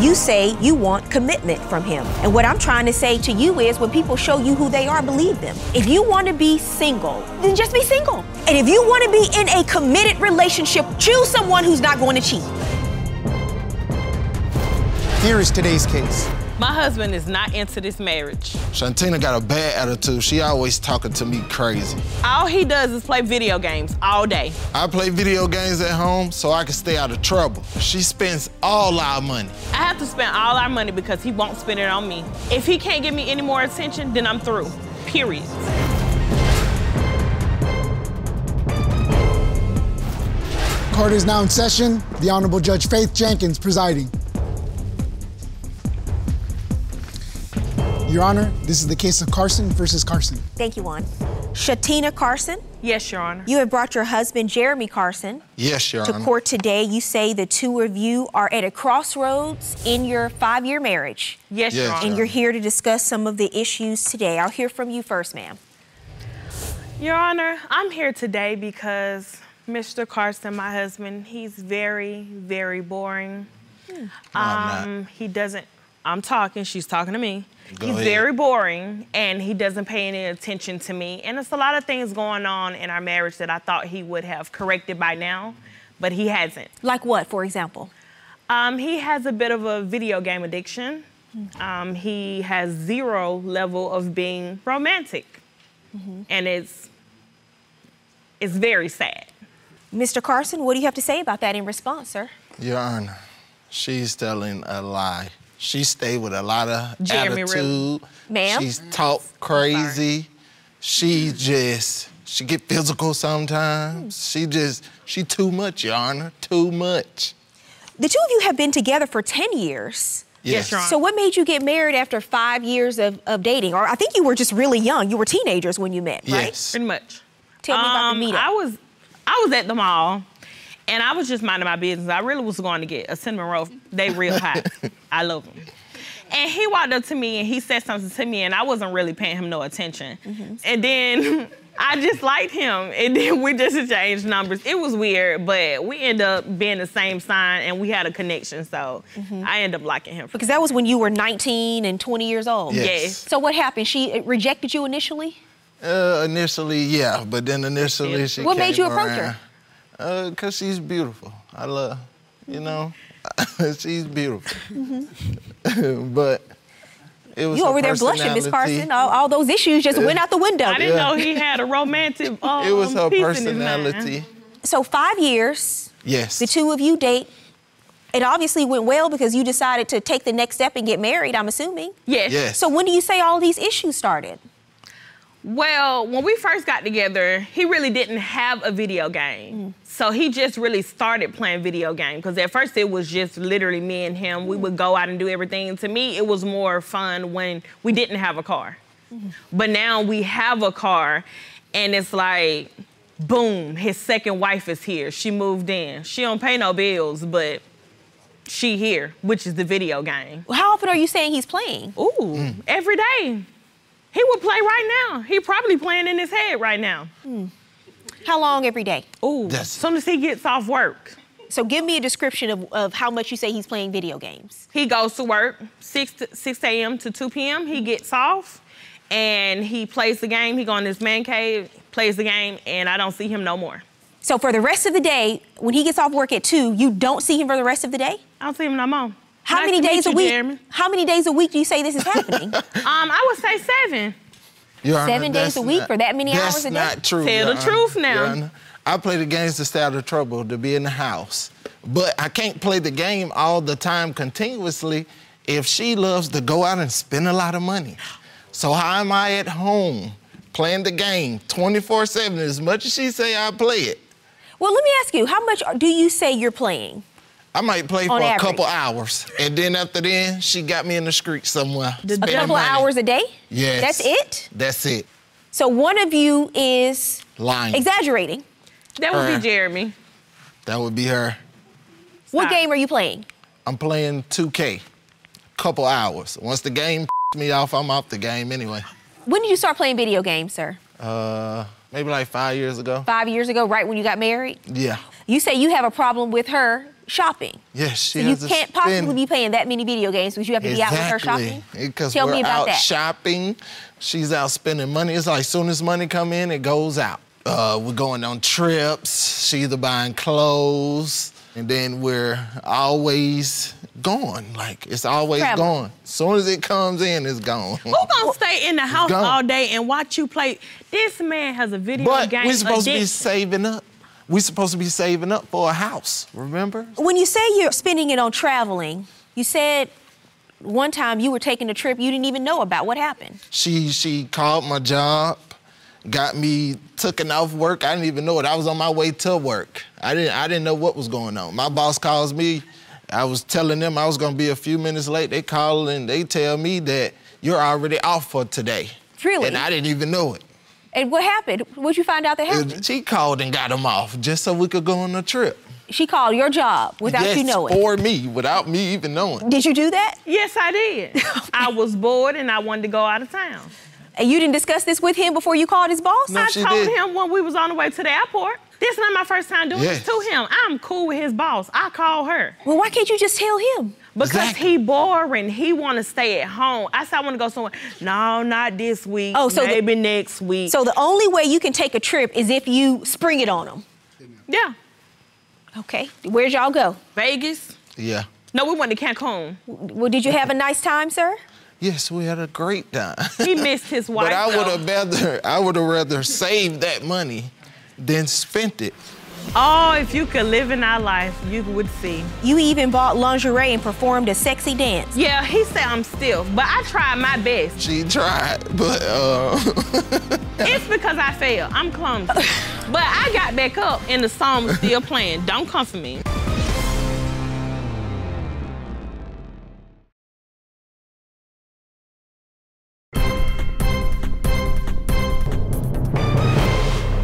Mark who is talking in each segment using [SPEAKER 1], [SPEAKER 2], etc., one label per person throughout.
[SPEAKER 1] You say you want commitment from him. And what I'm trying to say to you is when people show you who they are, believe them. If you want to be single, then just be single. And if you want to be in a committed relationship, choose someone who's not going to cheat.
[SPEAKER 2] Here is today's case.
[SPEAKER 3] My husband is not into this marriage.
[SPEAKER 4] Shantina got a bad attitude. She always talking to me crazy.
[SPEAKER 3] All he does is play video games all day.
[SPEAKER 4] I play video games at home so I can stay out of trouble. She spends all our money.
[SPEAKER 3] I have to spend all our money because he won't spend it on me. If he can't give me any more attention, then I'm through. Period.
[SPEAKER 2] Court is now in session. The Honorable Judge Faith Jenkins presiding. Your Honor, this is the case of Carson versus Carson.
[SPEAKER 1] Thank you, Juan. Shatina Carson,
[SPEAKER 3] Yes, Your Honor.
[SPEAKER 1] you have brought your husband, Jeremy Carson,
[SPEAKER 4] Yes, Your
[SPEAKER 1] to
[SPEAKER 4] Honor.
[SPEAKER 1] court today. You say the two of you are at a crossroads in your five year marriage.
[SPEAKER 3] yes,
[SPEAKER 4] Yes,
[SPEAKER 3] Your
[SPEAKER 4] Your
[SPEAKER 3] Honor.
[SPEAKER 1] And you're here to discuss some of the issues today. I'll hear from you first, ma'am.
[SPEAKER 3] Your Honor, I'm here today because Mr. Carson, my husband, he's very, very boring.
[SPEAKER 4] I'm
[SPEAKER 3] Um, he doesn't. I'm talking. She's talking to me.
[SPEAKER 4] Go
[SPEAKER 3] he's
[SPEAKER 4] ahead.
[SPEAKER 3] very boring, and he doesn't pay any attention to me. And it's a lot of things going on in our marriage that I thought he would have corrected by now, but he hasn't.
[SPEAKER 1] Like what, for example?
[SPEAKER 3] Um, he has a bit of a video game addiction. Um, he has zero level of being romantic, and it's it's very sad.
[SPEAKER 1] Mr. Carson, what do you have to say about that in response, sir?
[SPEAKER 4] Your Honor, she's telling a lie. She stayed with a lot of
[SPEAKER 3] Jeremy
[SPEAKER 4] attitude.
[SPEAKER 3] River.
[SPEAKER 1] Ma'am?
[SPEAKER 4] She's talk crazy. She just she get physical sometimes. She just she too much, Your Honor. Too much.
[SPEAKER 1] The two of you have been together for 10 years.
[SPEAKER 3] Yes, Your Honor.
[SPEAKER 1] So, what made you get married after five years of, of dating? Or I think you were just really young. You were teenagers when you met, right?
[SPEAKER 4] Yes.
[SPEAKER 3] Pretty much.
[SPEAKER 1] Tell me about
[SPEAKER 3] Um,
[SPEAKER 1] the meetup.
[SPEAKER 3] I was I was at the mall and I was just minding my business. I really was going to get a cinnamon roll. They real hot. I love them. And he walked up to me and he said something to me and I wasn't really paying him no attention. And then I just liked him and then we just exchanged numbers. It was weird, but we ended up being the same sign and we had a connection. So I ended up liking him.
[SPEAKER 1] because that was when you were 19 and 20 years old.
[SPEAKER 4] Yes.
[SPEAKER 3] Yes.
[SPEAKER 1] So, what happened? She rejected you initially?
[SPEAKER 4] Uh, initially, yeah, but then initially she.
[SPEAKER 1] What made
[SPEAKER 4] came
[SPEAKER 1] you approach her?
[SPEAKER 4] around. Uh, cause she's beautiful. I love, you know, she's beautiful. but it
[SPEAKER 1] Mm-hmm.
[SPEAKER 4] was.
[SPEAKER 1] You
[SPEAKER 4] her
[SPEAKER 1] over there blushing, Miss
[SPEAKER 4] personality.
[SPEAKER 1] Carson. All, all those issues just went out the window.
[SPEAKER 3] I didn't
[SPEAKER 4] Yeah.
[SPEAKER 3] know he had a romantic um,
[SPEAKER 4] It was her
[SPEAKER 3] piece in his mind.
[SPEAKER 4] personality.
[SPEAKER 1] So, five years,
[SPEAKER 4] Yes.
[SPEAKER 1] the two of you date. It obviously went well because you decided to take the next step and get married, I'm assuming.
[SPEAKER 3] Yes.
[SPEAKER 4] Yes.
[SPEAKER 1] So, when do you say all these issues started?
[SPEAKER 3] Well, when we first got together, he really didn't have a video game. So he just really started playing video game because at first it was just literally me and him. We would go out and do everything. And to me, it was more fun when we didn't have a car. But now we have a car and it's like boom, his second wife is here. She moved in. She don't pay no bills, but she here, which is the video game.
[SPEAKER 1] How often are you saying he's playing?
[SPEAKER 3] Ooh,
[SPEAKER 4] Mm.
[SPEAKER 3] every day. He would play right now. He probably playing in his head right now.
[SPEAKER 1] How long every day?
[SPEAKER 3] Ooh,
[SPEAKER 4] That's-
[SPEAKER 3] soon as he gets off work,
[SPEAKER 1] So give me a description of, of how much you say he's playing video games.
[SPEAKER 3] he goes to work 6 to, 6 a.m. to 2 p.m. He gets off and he plays the game. He go in his man cave, plays the game, and I don't see him no more.
[SPEAKER 1] So for the rest of the day, when he gets off work at two, you don't see him for the rest of the day?
[SPEAKER 3] I don't see him no more.
[SPEAKER 1] How
[SPEAKER 3] Nice
[SPEAKER 1] many
[SPEAKER 3] to meet
[SPEAKER 1] days a
[SPEAKER 3] you,
[SPEAKER 1] week?
[SPEAKER 3] Jeremy. Um,
[SPEAKER 1] How many days a week do you say this is happening?
[SPEAKER 3] I would say seven.
[SPEAKER 4] Your Honor,
[SPEAKER 1] Seven days
[SPEAKER 4] that's
[SPEAKER 1] a week
[SPEAKER 4] not-
[SPEAKER 1] for that many
[SPEAKER 4] that's
[SPEAKER 1] hours a day?
[SPEAKER 4] not true.
[SPEAKER 3] Tell
[SPEAKER 4] Your
[SPEAKER 3] the
[SPEAKER 4] Honor.
[SPEAKER 3] truth now.
[SPEAKER 4] Your Honor, I play the games to stay out of trouble, to be in the house. But I can't play the game all the time continuously if she loves to go out and spend a lot of money. So how am I at home playing the game 24-7 as much as she say I play it?
[SPEAKER 1] well, let me ask you, how much do you say you're playing?
[SPEAKER 4] I might play for
[SPEAKER 1] On
[SPEAKER 4] a
[SPEAKER 1] average.
[SPEAKER 4] couple hours. And then after then, she got me in the street somewhere.
[SPEAKER 1] A
[SPEAKER 4] spending
[SPEAKER 1] couple of
[SPEAKER 4] money.
[SPEAKER 1] hours a day?
[SPEAKER 4] Yes.
[SPEAKER 1] That's it?
[SPEAKER 4] That's it.
[SPEAKER 1] So one of you is
[SPEAKER 4] Lying.
[SPEAKER 1] exaggerating.
[SPEAKER 3] That would
[SPEAKER 4] Uh.
[SPEAKER 3] be Jeremy.
[SPEAKER 4] That would be her.
[SPEAKER 1] What
[SPEAKER 3] Stop.
[SPEAKER 1] game are you playing?
[SPEAKER 4] I'm playing 2K. Couple hours. Once the game me off, I'm off the game anyway.
[SPEAKER 1] When did you start playing video games, sir?
[SPEAKER 4] Uh, maybe like five years ago.
[SPEAKER 1] Five years ago, right when you got married?
[SPEAKER 4] Yeah.
[SPEAKER 1] You say you have a problem with her shopping.
[SPEAKER 4] Yes,
[SPEAKER 1] so
[SPEAKER 4] she
[SPEAKER 1] you
[SPEAKER 4] has to
[SPEAKER 1] can't
[SPEAKER 4] spend-
[SPEAKER 1] possibly be playing that many video games because you have to be out with her shopping.
[SPEAKER 4] Because
[SPEAKER 1] Tell
[SPEAKER 4] we're
[SPEAKER 1] me about
[SPEAKER 4] out
[SPEAKER 1] that.
[SPEAKER 4] shopping. She's out spending money. It's like soon as money come in, it goes out. Uh, we're going on trips. She's either buying clothes, and then we're always gone. Like it's always
[SPEAKER 1] Travel.
[SPEAKER 4] gone. soon as it comes in, it's gone.
[SPEAKER 3] Who gonna stay in the house
[SPEAKER 4] gone.
[SPEAKER 3] all day and watch you play? This man has a video
[SPEAKER 4] But
[SPEAKER 3] game.
[SPEAKER 4] we're supposed to be
[SPEAKER 3] addiction.
[SPEAKER 4] saving up. We're supposed to be saving up for a house. Remember?
[SPEAKER 1] When you say you're spending it on traveling, you said one time you were taking a trip you didn't even know about. What happened?
[SPEAKER 4] She she called my job, got me taken off work. I didn't even know it. I was on my way to work. I didn't I didn't know what was going on. My boss calls me. I was telling them I was gonna be a few minutes late. They call and they tell me that you're already off for today.
[SPEAKER 1] Really?
[SPEAKER 4] And I didn't even know it.
[SPEAKER 1] And what happened? What'd you find out that happened?
[SPEAKER 4] She called and got him off just so we could go on a trip.
[SPEAKER 1] she called your job without
[SPEAKER 4] yes,
[SPEAKER 1] you knowing.
[SPEAKER 4] For me, without me even knowing.
[SPEAKER 1] Did you do that?
[SPEAKER 3] Yes, I did. I was bored and I wanted to go out of town.
[SPEAKER 1] And you didn't discuss this with him before you called his boss?
[SPEAKER 4] No,
[SPEAKER 3] I
[SPEAKER 4] she
[SPEAKER 3] told
[SPEAKER 4] did.
[SPEAKER 3] him when we was on the way to the airport. This not my first time doing
[SPEAKER 4] Yes.
[SPEAKER 3] this to him. I'm cool with his boss. I call her
[SPEAKER 1] Well, why can't you just tell him?
[SPEAKER 3] because
[SPEAKER 4] Exactly.
[SPEAKER 3] he boring. He want to stay at home. I said I want to go somewhere. No, not this week.
[SPEAKER 1] Oh, so the-
[SPEAKER 3] maybe next week.
[SPEAKER 1] So the only way you can take a trip is if you spring it on him.
[SPEAKER 3] yeah,
[SPEAKER 1] Okay. Where'd y'all go?
[SPEAKER 3] Vegas.
[SPEAKER 4] Yeah.
[SPEAKER 3] No, we went to Cancun.
[SPEAKER 1] Well, did you have a nice time, sir?
[SPEAKER 4] Yes, we had a great time.
[SPEAKER 3] He missed his wife.
[SPEAKER 4] But I would
[SPEAKER 3] though.
[SPEAKER 4] have rather I would have rather saved that money than spent it.
[SPEAKER 3] Oh, if you could live in our life, you would see.
[SPEAKER 1] You even bought lingerie and performed a sexy dance.
[SPEAKER 3] Yeah, he said I'm stiff, but I tried my best.
[SPEAKER 4] She tried, but uh,
[SPEAKER 3] It's because I fell. I'm clumsy. but I got back up and the song was still playing. Don't come for me.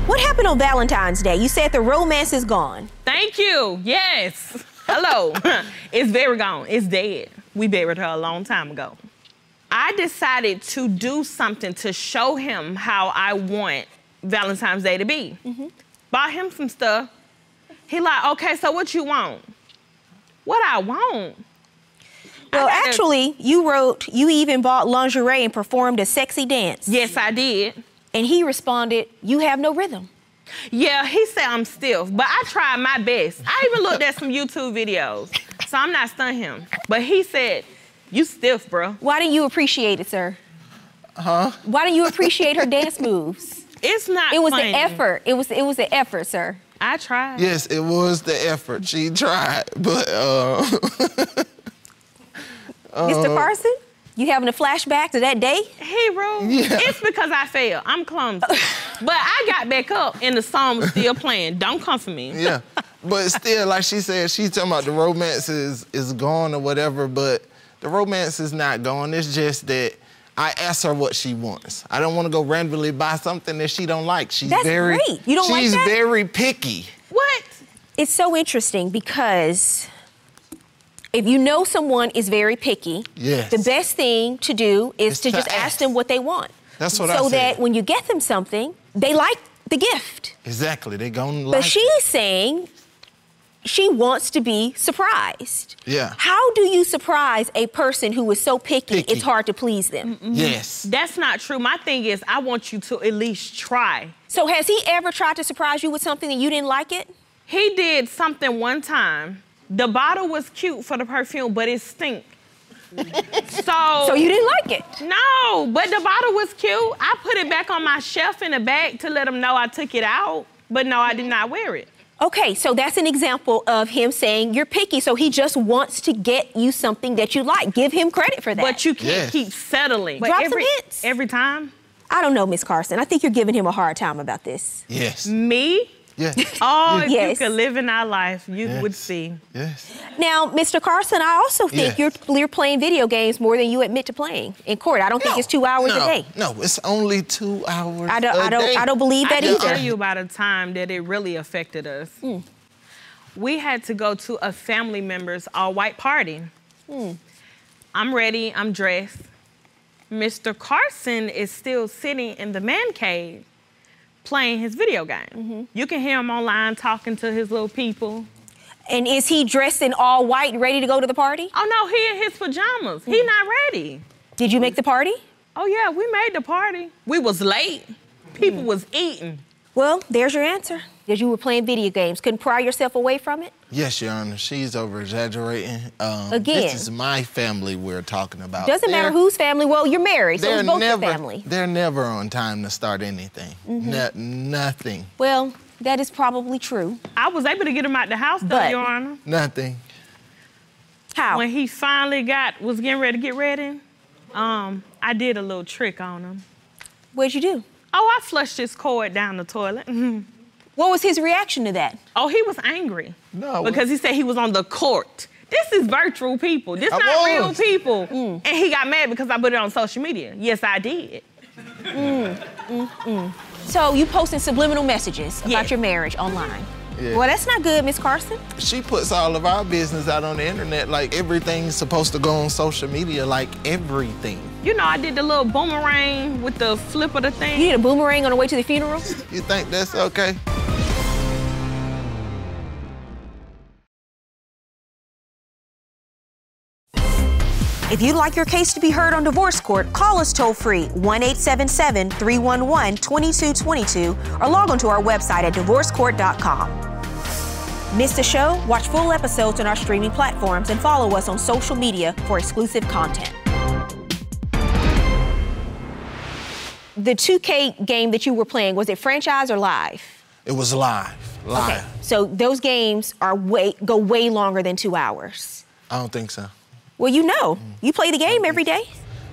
[SPEAKER 1] What happened on Valentine's Day? You said the romance is gone.
[SPEAKER 3] Thank you. Yes. Hello. it's very gone. It's dead. We buried her a long time ago. I decided to do something to show him how I want Valentine's Day to be. Bought him some stuff. He like, okay, so what you want? What I want?
[SPEAKER 1] Well,
[SPEAKER 3] got a-
[SPEAKER 1] actually, you wrote, you even bought lingerie and performed a sexy dance.
[SPEAKER 3] Yes, I did.
[SPEAKER 1] And he responded, You have no rhythm.
[SPEAKER 3] Yeah, he said I'm stiff, but I tried my best. I even looked at some YouTube videos, so I'm not stunned him. But he said, "You stiff, bro."
[SPEAKER 1] Why didn't you appreciate it, sir? Huh? Why didn't you appreciate her dance moves?
[SPEAKER 3] It's not.
[SPEAKER 1] It was
[SPEAKER 3] funny.
[SPEAKER 1] the effort. It was it was the effort, sir.
[SPEAKER 3] I tried.
[SPEAKER 4] yes, it was the effort. She tried, but uh,
[SPEAKER 1] Mr. Parson, you having a flashback to that day?
[SPEAKER 3] He rude.
[SPEAKER 4] Yeah.
[SPEAKER 3] It's because I fell. I'm clumsy, but I got back up and the song was still playing. Don't come for me.
[SPEAKER 4] yeah. But still, like she said, she's talking about the romance is is gone or whatever. But the romance is not gone. It's just that. I ask her what she wants. I don't want to go randomly buy something that she don't like. She's
[SPEAKER 1] That's
[SPEAKER 4] very
[SPEAKER 1] great. You don't like
[SPEAKER 4] she's
[SPEAKER 1] that?
[SPEAKER 4] very picky.
[SPEAKER 3] What?
[SPEAKER 1] It's so interesting because if you know someone is very picky,
[SPEAKER 4] Yes.
[SPEAKER 1] the best thing to do is
[SPEAKER 4] Is
[SPEAKER 1] to,
[SPEAKER 4] to
[SPEAKER 1] just ask.
[SPEAKER 4] ask.
[SPEAKER 1] them what they want.
[SPEAKER 4] That's what
[SPEAKER 1] so
[SPEAKER 4] I
[SPEAKER 1] So that
[SPEAKER 4] said.
[SPEAKER 1] when you get them something, they like the gift.
[SPEAKER 4] Exactly. They gonna like
[SPEAKER 1] But she's saying she wants to be surprised.
[SPEAKER 4] Yeah.
[SPEAKER 1] How do you surprise a person who is so picky,
[SPEAKER 4] Picky.
[SPEAKER 1] it's hard to please them?
[SPEAKER 4] yes.
[SPEAKER 3] That's not true. My thing is, I want you to at least try.
[SPEAKER 1] So has he ever tried to surprise you with something and you didn't like it?
[SPEAKER 3] He did something one time. The bottle was cute for the perfume, but it stink. so,
[SPEAKER 1] So you didn't like it.
[SPEAKER 3] No, but the bottle was cute. I put it back on my shelf in the bag to let him know I took it out. But no, I did not wear it.
[SPEAKER 1] Okay, so that's an example of him saying you're picky, so he just wants to get you something that you like. Give him credit for that.
[SPEAKER 3] But you can't
[SPEAKER 4] Yes.
[SPEAKER 3] keep settling.
[SPEAKER 1] Drop some
[SPEAKER 3] every,
[SPEAKER 1] hints.
[SPEAKER 3] Every time.
[SPEAKER 1] I don't know, Miss Carson. I think you're giving him a hard time about this.
[SPEAKER 4] Yes.
[SPEAKER 3] Me?
[SPEAKER 4] Yes.
[SPEAKER 3] Oh, if
[SPEAKER 1] Yes.
[SPEAKER 3] you could live in our life, you would
[SPEAKER 4] Yes.
[SPEAKER 3] see.
[SPEAKER 4] Yes.
[SPEAKER 1] Now, Mr. Carson, I also think
[SPEAKER 4] Yes.
[SPEAKER 1] you're, you're playing video games more than you admit to playing in court. I don't think it's two hours
[SPEAKER 4] no,
[SPEAKER 1] a day.
[SPEAKER 4] No, it's only two hours.
[SPEAKER 1] I don't- I
[SPEAKER 4] a
[SPEAKER 1] don't-
[SPEAKER 4] day.
[SPEAKER 1] I don't believe that
[SPEAKER 3] I can
[SPEAKER 1] either. Mm.
[SPEAKER 3] tell you about a time that it really affected us. We had to go to a family member's all-white party.
[SPEAKER 1] Mm.
[SPEAKER 3] I'm ready. I'm dressed. Mr. Carson is still sitting in the man cave
[SPEAKER 1] Mm-hmm.
[SPEAKER 3] playing his video game. You can hear him online talking to his little people.
[SPEAKER 1] And is he dressed in all white and ready to go to the party?
[SPEAKER 3] Oh no, he in his pajamas.
[SPEAKER 1] Mm.
[SPEAKER 3] He not ready.
[SPEAKER 1] Did you make the party?
[SPEAKER 3] Oh yeah, we made the party. We was late. People
[SPEAKER 1] Mm.
[SPEAKER 3] was eating.
[SPEAKER 1] Well, there's your answer. Because you were playing video games. Couldn't pry yourself away from it?
[SPEAKER 4] Yes, Your Honor, she's over exaggerating. Um,
[SPEAKER 1] Again.
[SPEAKER 4] This is my family we're talking about.
[SPEAKER 1] Doesn't matter
[SPEAKER 4] They're-
[SPEAKER 1] whose family. Well, you're married, so
[SPEAKER 4] They're
[SPEAKER 1] it's both
[SPEAKER 4] never,
[SPEAKER 1] your family. Mm-hmm.
[SPEAKER 4] They're never on time to start anything. No- nothing.
[SPEAKER 1] Well, that is probably true.
[SPEAKER 3] I was able to get him out the house though,
[SPEAKER 1] But-
[SPEAKER 3] Your Honor.
[SPEAKER 4] Nothing.
[SPEAKER 1] How?
[SPEAKER 3] When he finally got was getting ready to get ready, um, I did a little trick on him.
[SPEAKER 1] What'd you do?
[SPEAKER 3] Oh, I flushed his cord down the toilet.
[SPEAKER 1] What was his reaction to that?
[SPEAKER 3] oh, he was angry.
[SPEAKER 4] No, I
[SPEAKER 3] Because
[SPEAKER 4] was-
[SPEAKER 3] he said he was on the court. This is virtual people. This
[SPEAKER 4] I
[SPEAKER 3] not
[SPEAKER 4] was.
[SPEAKER 3] real people. And he got mad because I put it on social media. Yes, I did.
[SPEAKER 1] So you posting subliminal messages
[SPEAKER 3] Yeah.
[SPEAKER 1] about your marriage online.
[SPEAKER 4] Yeah.
[SPEAKER 1] Well, that's not good, Miss Carson.
[SPEAKER 4] She puts all of our business out on the internet like everything's supposed to go on social media, like everything.
[SPEAKER 3] You know, I did the little boomerang with the flip of the thing.
[SPEAKER 1] You need a boomerang on the way to the funeral?
[SPEAKER 4] You think that's okay?
[SPEAKER 1] If you'd like your case to be heard on divorce court, call us toll free 1 877 311 2222 or log on to our website at divorcecourt.com. Miss the show? Watch full episodes on our streaming platforms and follow us on social media for exclusive content. The 2K game that you were playing, was it franchise or live?
[SPEAKER 4] It was live. Live.
[SPEAKER 1] Okay. So those games are way go way longer than two hours.
[SPEAKER 4] I don't think so.
[SPEAKER 1] Well, you know, you play the game every day.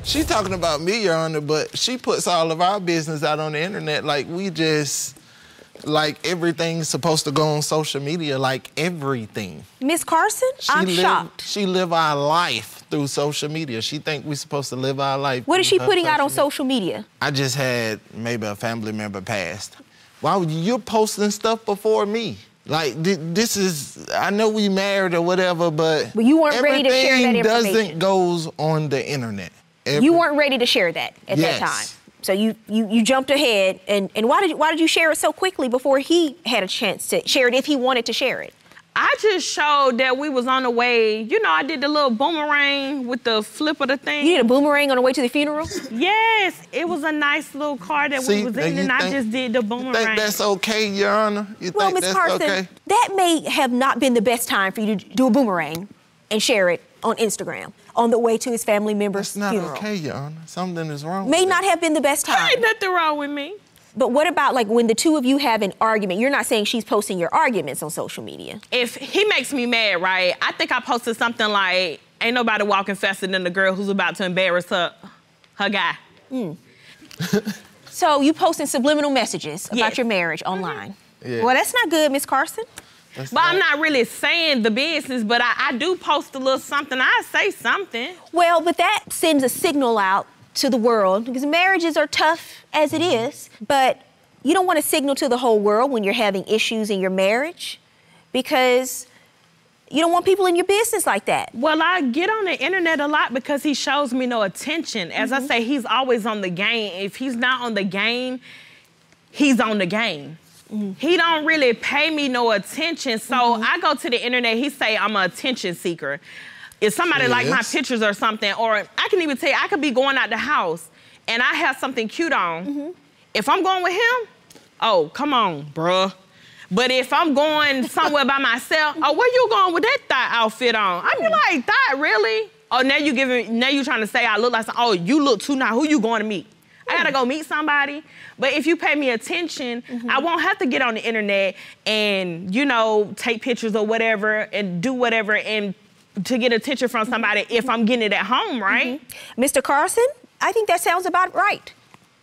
[SPEAKER 4] She's talking about me, Your Honor, but she puts all of our business out on the internet like we just, like everything's supposed to go on social media, like everything.
[SPEAKER 1] Miss Carson,
[SPEAKER 4] She
[SPEAKER 1] I'm
[SPEAKER 4] live-
[SPEAKER 1] shocked.
[SPEAKER 4] She live our life through social media. She think we supposed to live our life.
[SPEAKER 1] What is
[SPEAKER 4] through
[SPEAKER 1] she
[SPEAKER 4] her
[SPEAKER 1] putting out on
[SPEAKER 4] media.
[SPEAKER 1] social media?
[SPEAKER 4] I just had maybe a family member passed. Why would you're posting stuff before me? Like thi- this is I know we married or whatever, but
[SPEAKER 1] But you weren't ready to share that
[SPEAKER 4] everything
[SPEAKER 1] information.
[SPEAKER 4] doesn't goes on the internet. Every-
[SPEAKER 1] You weren't ready to share that at
[SPEAKER 4] Yes.
[SPEAKER 1] that time. So you, you you jumped ahead and, and why did you, why did you share it so quickly before he had a chance to share it if he wanted to share it?
[SPEAKER 3] I just showed that we was on the way. You know, I did the little boomerang with the flip of the thing.
[SPEAKER 1] You did a boomerang on the way to the funeral?
[SPEAKER 3] Yes, it was a nice little car that
[SPEAKER 4] See,
[SPEAKER 3] we was
[SPEAKER 4] now
[SPEAKER 3] in,
[SPEAKER 4] you
[SPEAKER 3] and I
[SPEAKER 4] think-
[SPEAKER 3] just did the
[SPEAKER 4] You
[SPEAKER 3] boomerang.
[SPEAKER 4] think that's okay, Your Honor? You
[SPEAKER 1] Well,
[SPEAKER 4] think
[SPEAKER 1] Miss
[SPEAKER 4] that's
[SPEAKER 1] Carson,
[SPEAKER 4] okay?
[SPEAKER 1] that may have not been the best time for you to do a boomerang and share it on Instagram on the way to his family member's
[SPEAKER 4] It's not
[SPEAKER 1] funeral.
[SPEAKER 4] okay, Your Honor. Something is wrong.
[SPEAKER 1] May
[SPEAKER 4] with
[SPEAKER 1] not
[SPEAKER 4] it.
[SPEAKER 1] have been the best time.
[SPEAKER 3] Ain't nothing wrong with me.
[SPEAKER 1] But what about like when the two of you have an argument? You're not saying she's posting your arguments on social media.
[SPEAKER 3] If he makes me mad, right? I think I posted something like, "Ain't nobody walking faster than the girl who's about to embarrass her, her guy."
[SPEAKER 1] So you posting subliminal messages about
[SPEAKER 3] Yes.
[SPEAKER 1] your marriage online.
[SPEAKER 4] Yeah.
[SPEAKER 1] Well, that's not good, Miss Carson.
[SPEAKER 4] That's
[SPEAKER 3] But I'm not really saying the business, but I, I do post a little something. I say something.
[SPEAKER 1] Well, but that sends a signal out to the world because marriages are tough as it
[SPEAKER 4] Mm-hmm.
[SPEAKER 1] is, but you don't want to signal to the whole world when you're having issues in your marriage because you don't want people in your business like that.
[SPEAKER 3] Well, I get on the internet a lot because he shows me no attention. As I say, he's always on the game. If he's not on the game, he's on the game. He don't really pay me no attention. So I go to the internet, he say I'm a attention seeker. If somebody like my
[SPEAKER 4] Yes.
[SPEAKER 3] pictures or something, or I can even tell you, I could be going out the house and I have something cute on. If I'm going with him, oh, come on, bruh. But if I'm going somewhere by myself, oh, where you going with that thigh outfit on? I be like, thigh, really? Oh, now you giving, now you trying to say I look like some, oh, you look too now. Who you going to meet? I gotta go meet somebody. But if you pay me attention, I won't have to get on the internet and, you know, take pictures or whatever and do whatever and to get attention from somebody if I'm getting it at home, right?
[SPEAKER 1] Mr. Carson, I think that sounds about right.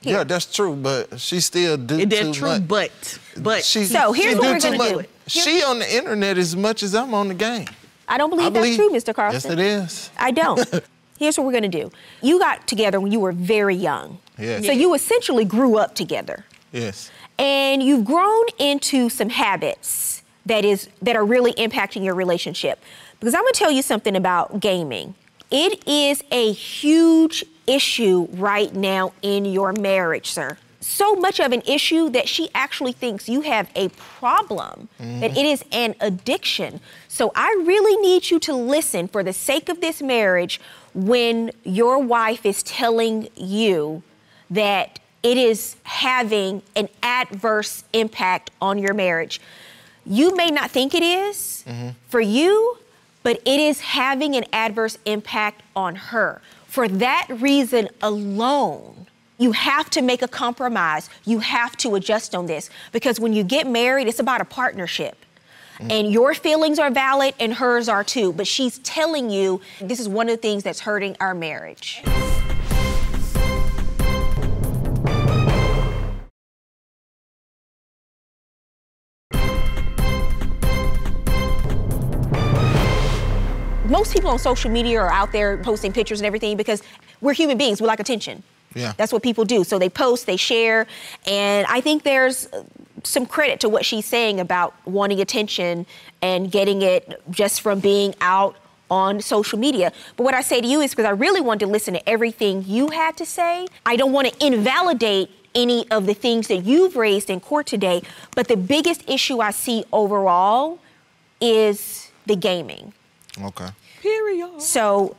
[SPEAKER 4] Yeah, that's true, but she still do
[SPEAKER 3] It
[SPEAKER 4] too
[SPEAKER 3] is true,
[SPEAKER 4] much.
[SPEAKER 3] but but
[SPEAKER 4] She,
[SPEAKER 1] So
[SPEAKER 4] she
[SPEAKER 1] here's what
[SPEAKER 4] do
[SPEAKER 1] we're
[SPEAKER 4] too
[SPEAKER 1] gonna
[SPEAKER 4] much.
[SPEAKER 1] do. Here's-
[SPEAKER 4] She on the internet as much as I'm on the game.
[SPEAKER 1] I don't believe
[SPEAKER 4] I
[SPEAKER 1] that's
[SPEAKER 4] believe-
[SPEAKER 1] true, Mr. Carson.
[SPEAKER 4] Yes, it is.
[SPEAKER 1] I don't. Here's what we're gonna do. You got together when you were very young.
[SPEAKER 4] Yes.
[SPEAKER 1] So you essentially grew up together.
[SPEAKER 4] Yes.
[SPEAKER 1] And you've grown into some habits that is that are really impacting your relationship. Because I'm gonna tell you something about gaming. It is a huge issue right now in your marriage, sir. so much of an issue that she actually thinks you have a problem, that it is an addiction. So I really need you to listen for the sake of this marriage when your wife is telling you that it is having an adverse impact on your marriage. You may not think it is for you, but it is having an adverse impact on her. For that reason alone, you have to make a compromise. You have to adjust on this because when you get married, it's about a partnership. Mm. And your feelings are valid and hers are too, but she's telling you this is one of the things that's hurting our marriage. most people on social media are out there posting pictures and everything because we're human beings. We like attention.
[SPEAKER 4] Yeah.
[SPEAKER 1] That's what people do. So they post, they share, and I think there's uh, some credit to what she's saying about wanting attention and getting it just from being out on social media. But what I say to you is because I really wanted to listen to everything you had to say. I don't want to invalidate any of the things that you've raised in court today, but the biggest issue I see overall is the gaming.
[SPEAKER 4] Okay.
[SPEAKER 3] Period.
[SPEAKER 1] So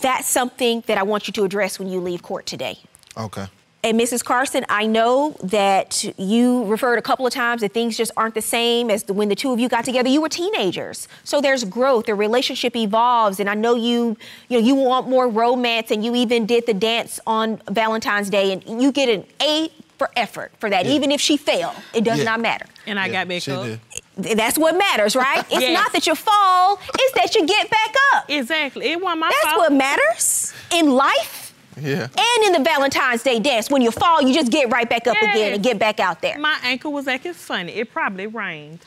[SPEAKER 1] that's something that I want you to address when you leave court today.
[SPEAKER 4] Okay.
[SPEAKER 1] And Mrs. Carson, I know that you referred a couple of times that things just aren't the same as the, when the two of you got together. You were teenagers, so there's growth. The relationship evolves, and I know you, you know, you want more romance, and you even did the dance on Valentine's Day, and you get an A for effort for that.
[SPEAKER 4] Yeah.
[SPEAKER 1] Even if she failed, it does
[SPEAKER 4] Yeah.
[SPEAKER 1] not matter.
[SPEAKER 3] And I got back
[SPEAKER 4] she
[SPEAKER 3] up.
[SPEAKER 4] did.
[SPEAKER 1] Th- That's what matters, right? It's
[SPEAKER 3] Yes.
[SPEAKER 1] not that you fall; it's that you get back up.
[SPEAKER 3] Exactly. It wasn't my
[SPEAKER 1] That's
[SPEAKER 3] fault.
[SPEAKER 1] what matters in life
[SPEAKER 4] Yeah.
[SPEAKER 1] and in the Valentine's Day dance. When you fall, you just get right back up again
[SPEAKER 3] Yes.
[SPEAKER 1] and get back out there.
[SPEAKER 3] my ankle was acting funny. It probably rained.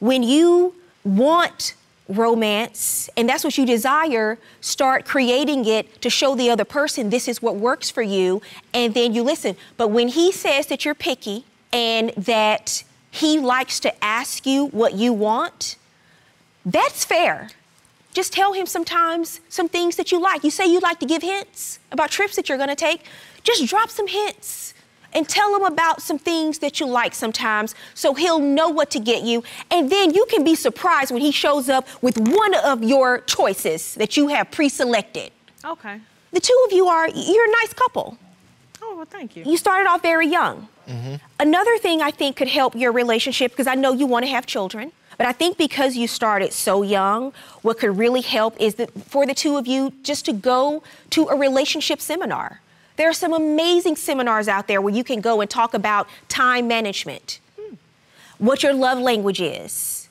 [SPEAKER 1] when you want romance and that's what you desire, start creating it to show the other person this is what works for you, and then you listen. But when he says that you're picky and that he likes to ask you what you want, that's fair. Just tell him sometimes some things that you like. You say you like to give hints about trips that you're gonna take. Just drop some hints and tell him about some things that you like sometimes so he'll know what to get you. And then you can be surprised when he shows up with one of your choices that you have pre selected.
[SPEAKER 3] Okay.
[SPEAKER 1] The two of you are, you're a nice couple
[SPEAKER 3] Oh, well, thank you.
[SPEAKER 1] you started off very young. Another thing I think could help your relationship, because I know you want to have children, but I think because you started so young, what could really help is that for the two of you just to go to a relationship seminar. There are some amazing seminars out there where you can go and talk about time management, what your love language is,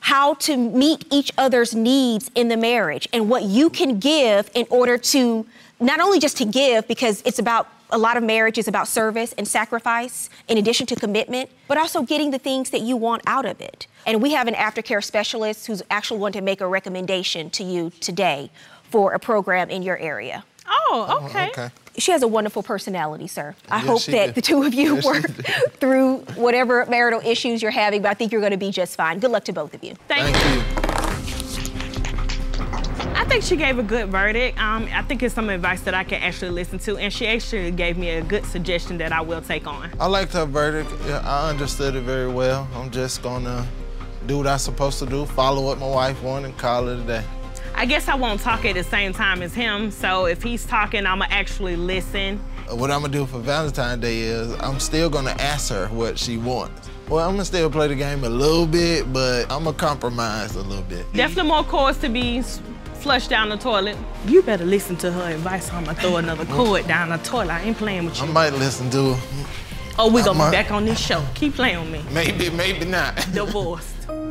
[SPEAKER 1] how to meet each other's needs in the marriage and what you can give in order to not only just to give because it's about a lot of marriage is about service and sacrifice in addition to commitment but also getting the things that you want out of it and we have an aftercare specialist who's actually going to make a recommendation to you today for a program in your area
[SPEAKER 3] Oh, okay.
[SPEAKER 4] Okay.
[SPEAKER 1] she has a wonderful personality, sir. I
[SPEAKER 4] Yes,
[SPEAKER 1] hope
[SPEAKER 4] she
[SPEAKER 1] that
[SPEAKER 4] do.
[SPEAKER 1] the two of you
[SPEAKER 4] Yes, she
[SPEAKER 1] work
[SPEAKER 4] do.
[SPEAKER 1] through whatever marital issues you're having, but I think you're going to be just fine. Good luck to both of you.
[SPEAKER 3] Thank, you.
[SPEAKER 4] Thank you.
[SPEAKER 3] I think she gave a good verdict. Um, I think it's some advice that I can actually listen to, and she actually gave me a good suggestion that I will take on.
[SPEAKER 4] I liked her verdict. Yeah, I understood it very well. I'm just gonna do what I'm supposed to do, follow what my wife wanted, and call it a day.
[SPEAKER 3] I guess I won't talk at the same time as him, so if he's talking, I'ma actually listen.
[SPEAKER 4] What I'm gonna do for Valentine's Day is I'm still gonna ask her what she wants. Well, I'm gonna still play the game a little bit, but I'm gonna compromise a little bit.
[SPEAKER 3] Definitely more cords to be s- flushed down the toilet. You better listen to her advice. I'ma throw another cord down the toilet. I ain't playing with
[SPEAKER 4] I
[SPEAKER 3] you.
[SPEAKER 4] might listen to her.
[SPEAKER 3] Oh, we gonna
[SPEAKER 4] might-
[SPEAKER 3] be back on this show. Keep playing with me.
[SPEAKER 4] Maybe, maybe not.
[SPEAKER 3] Divorced.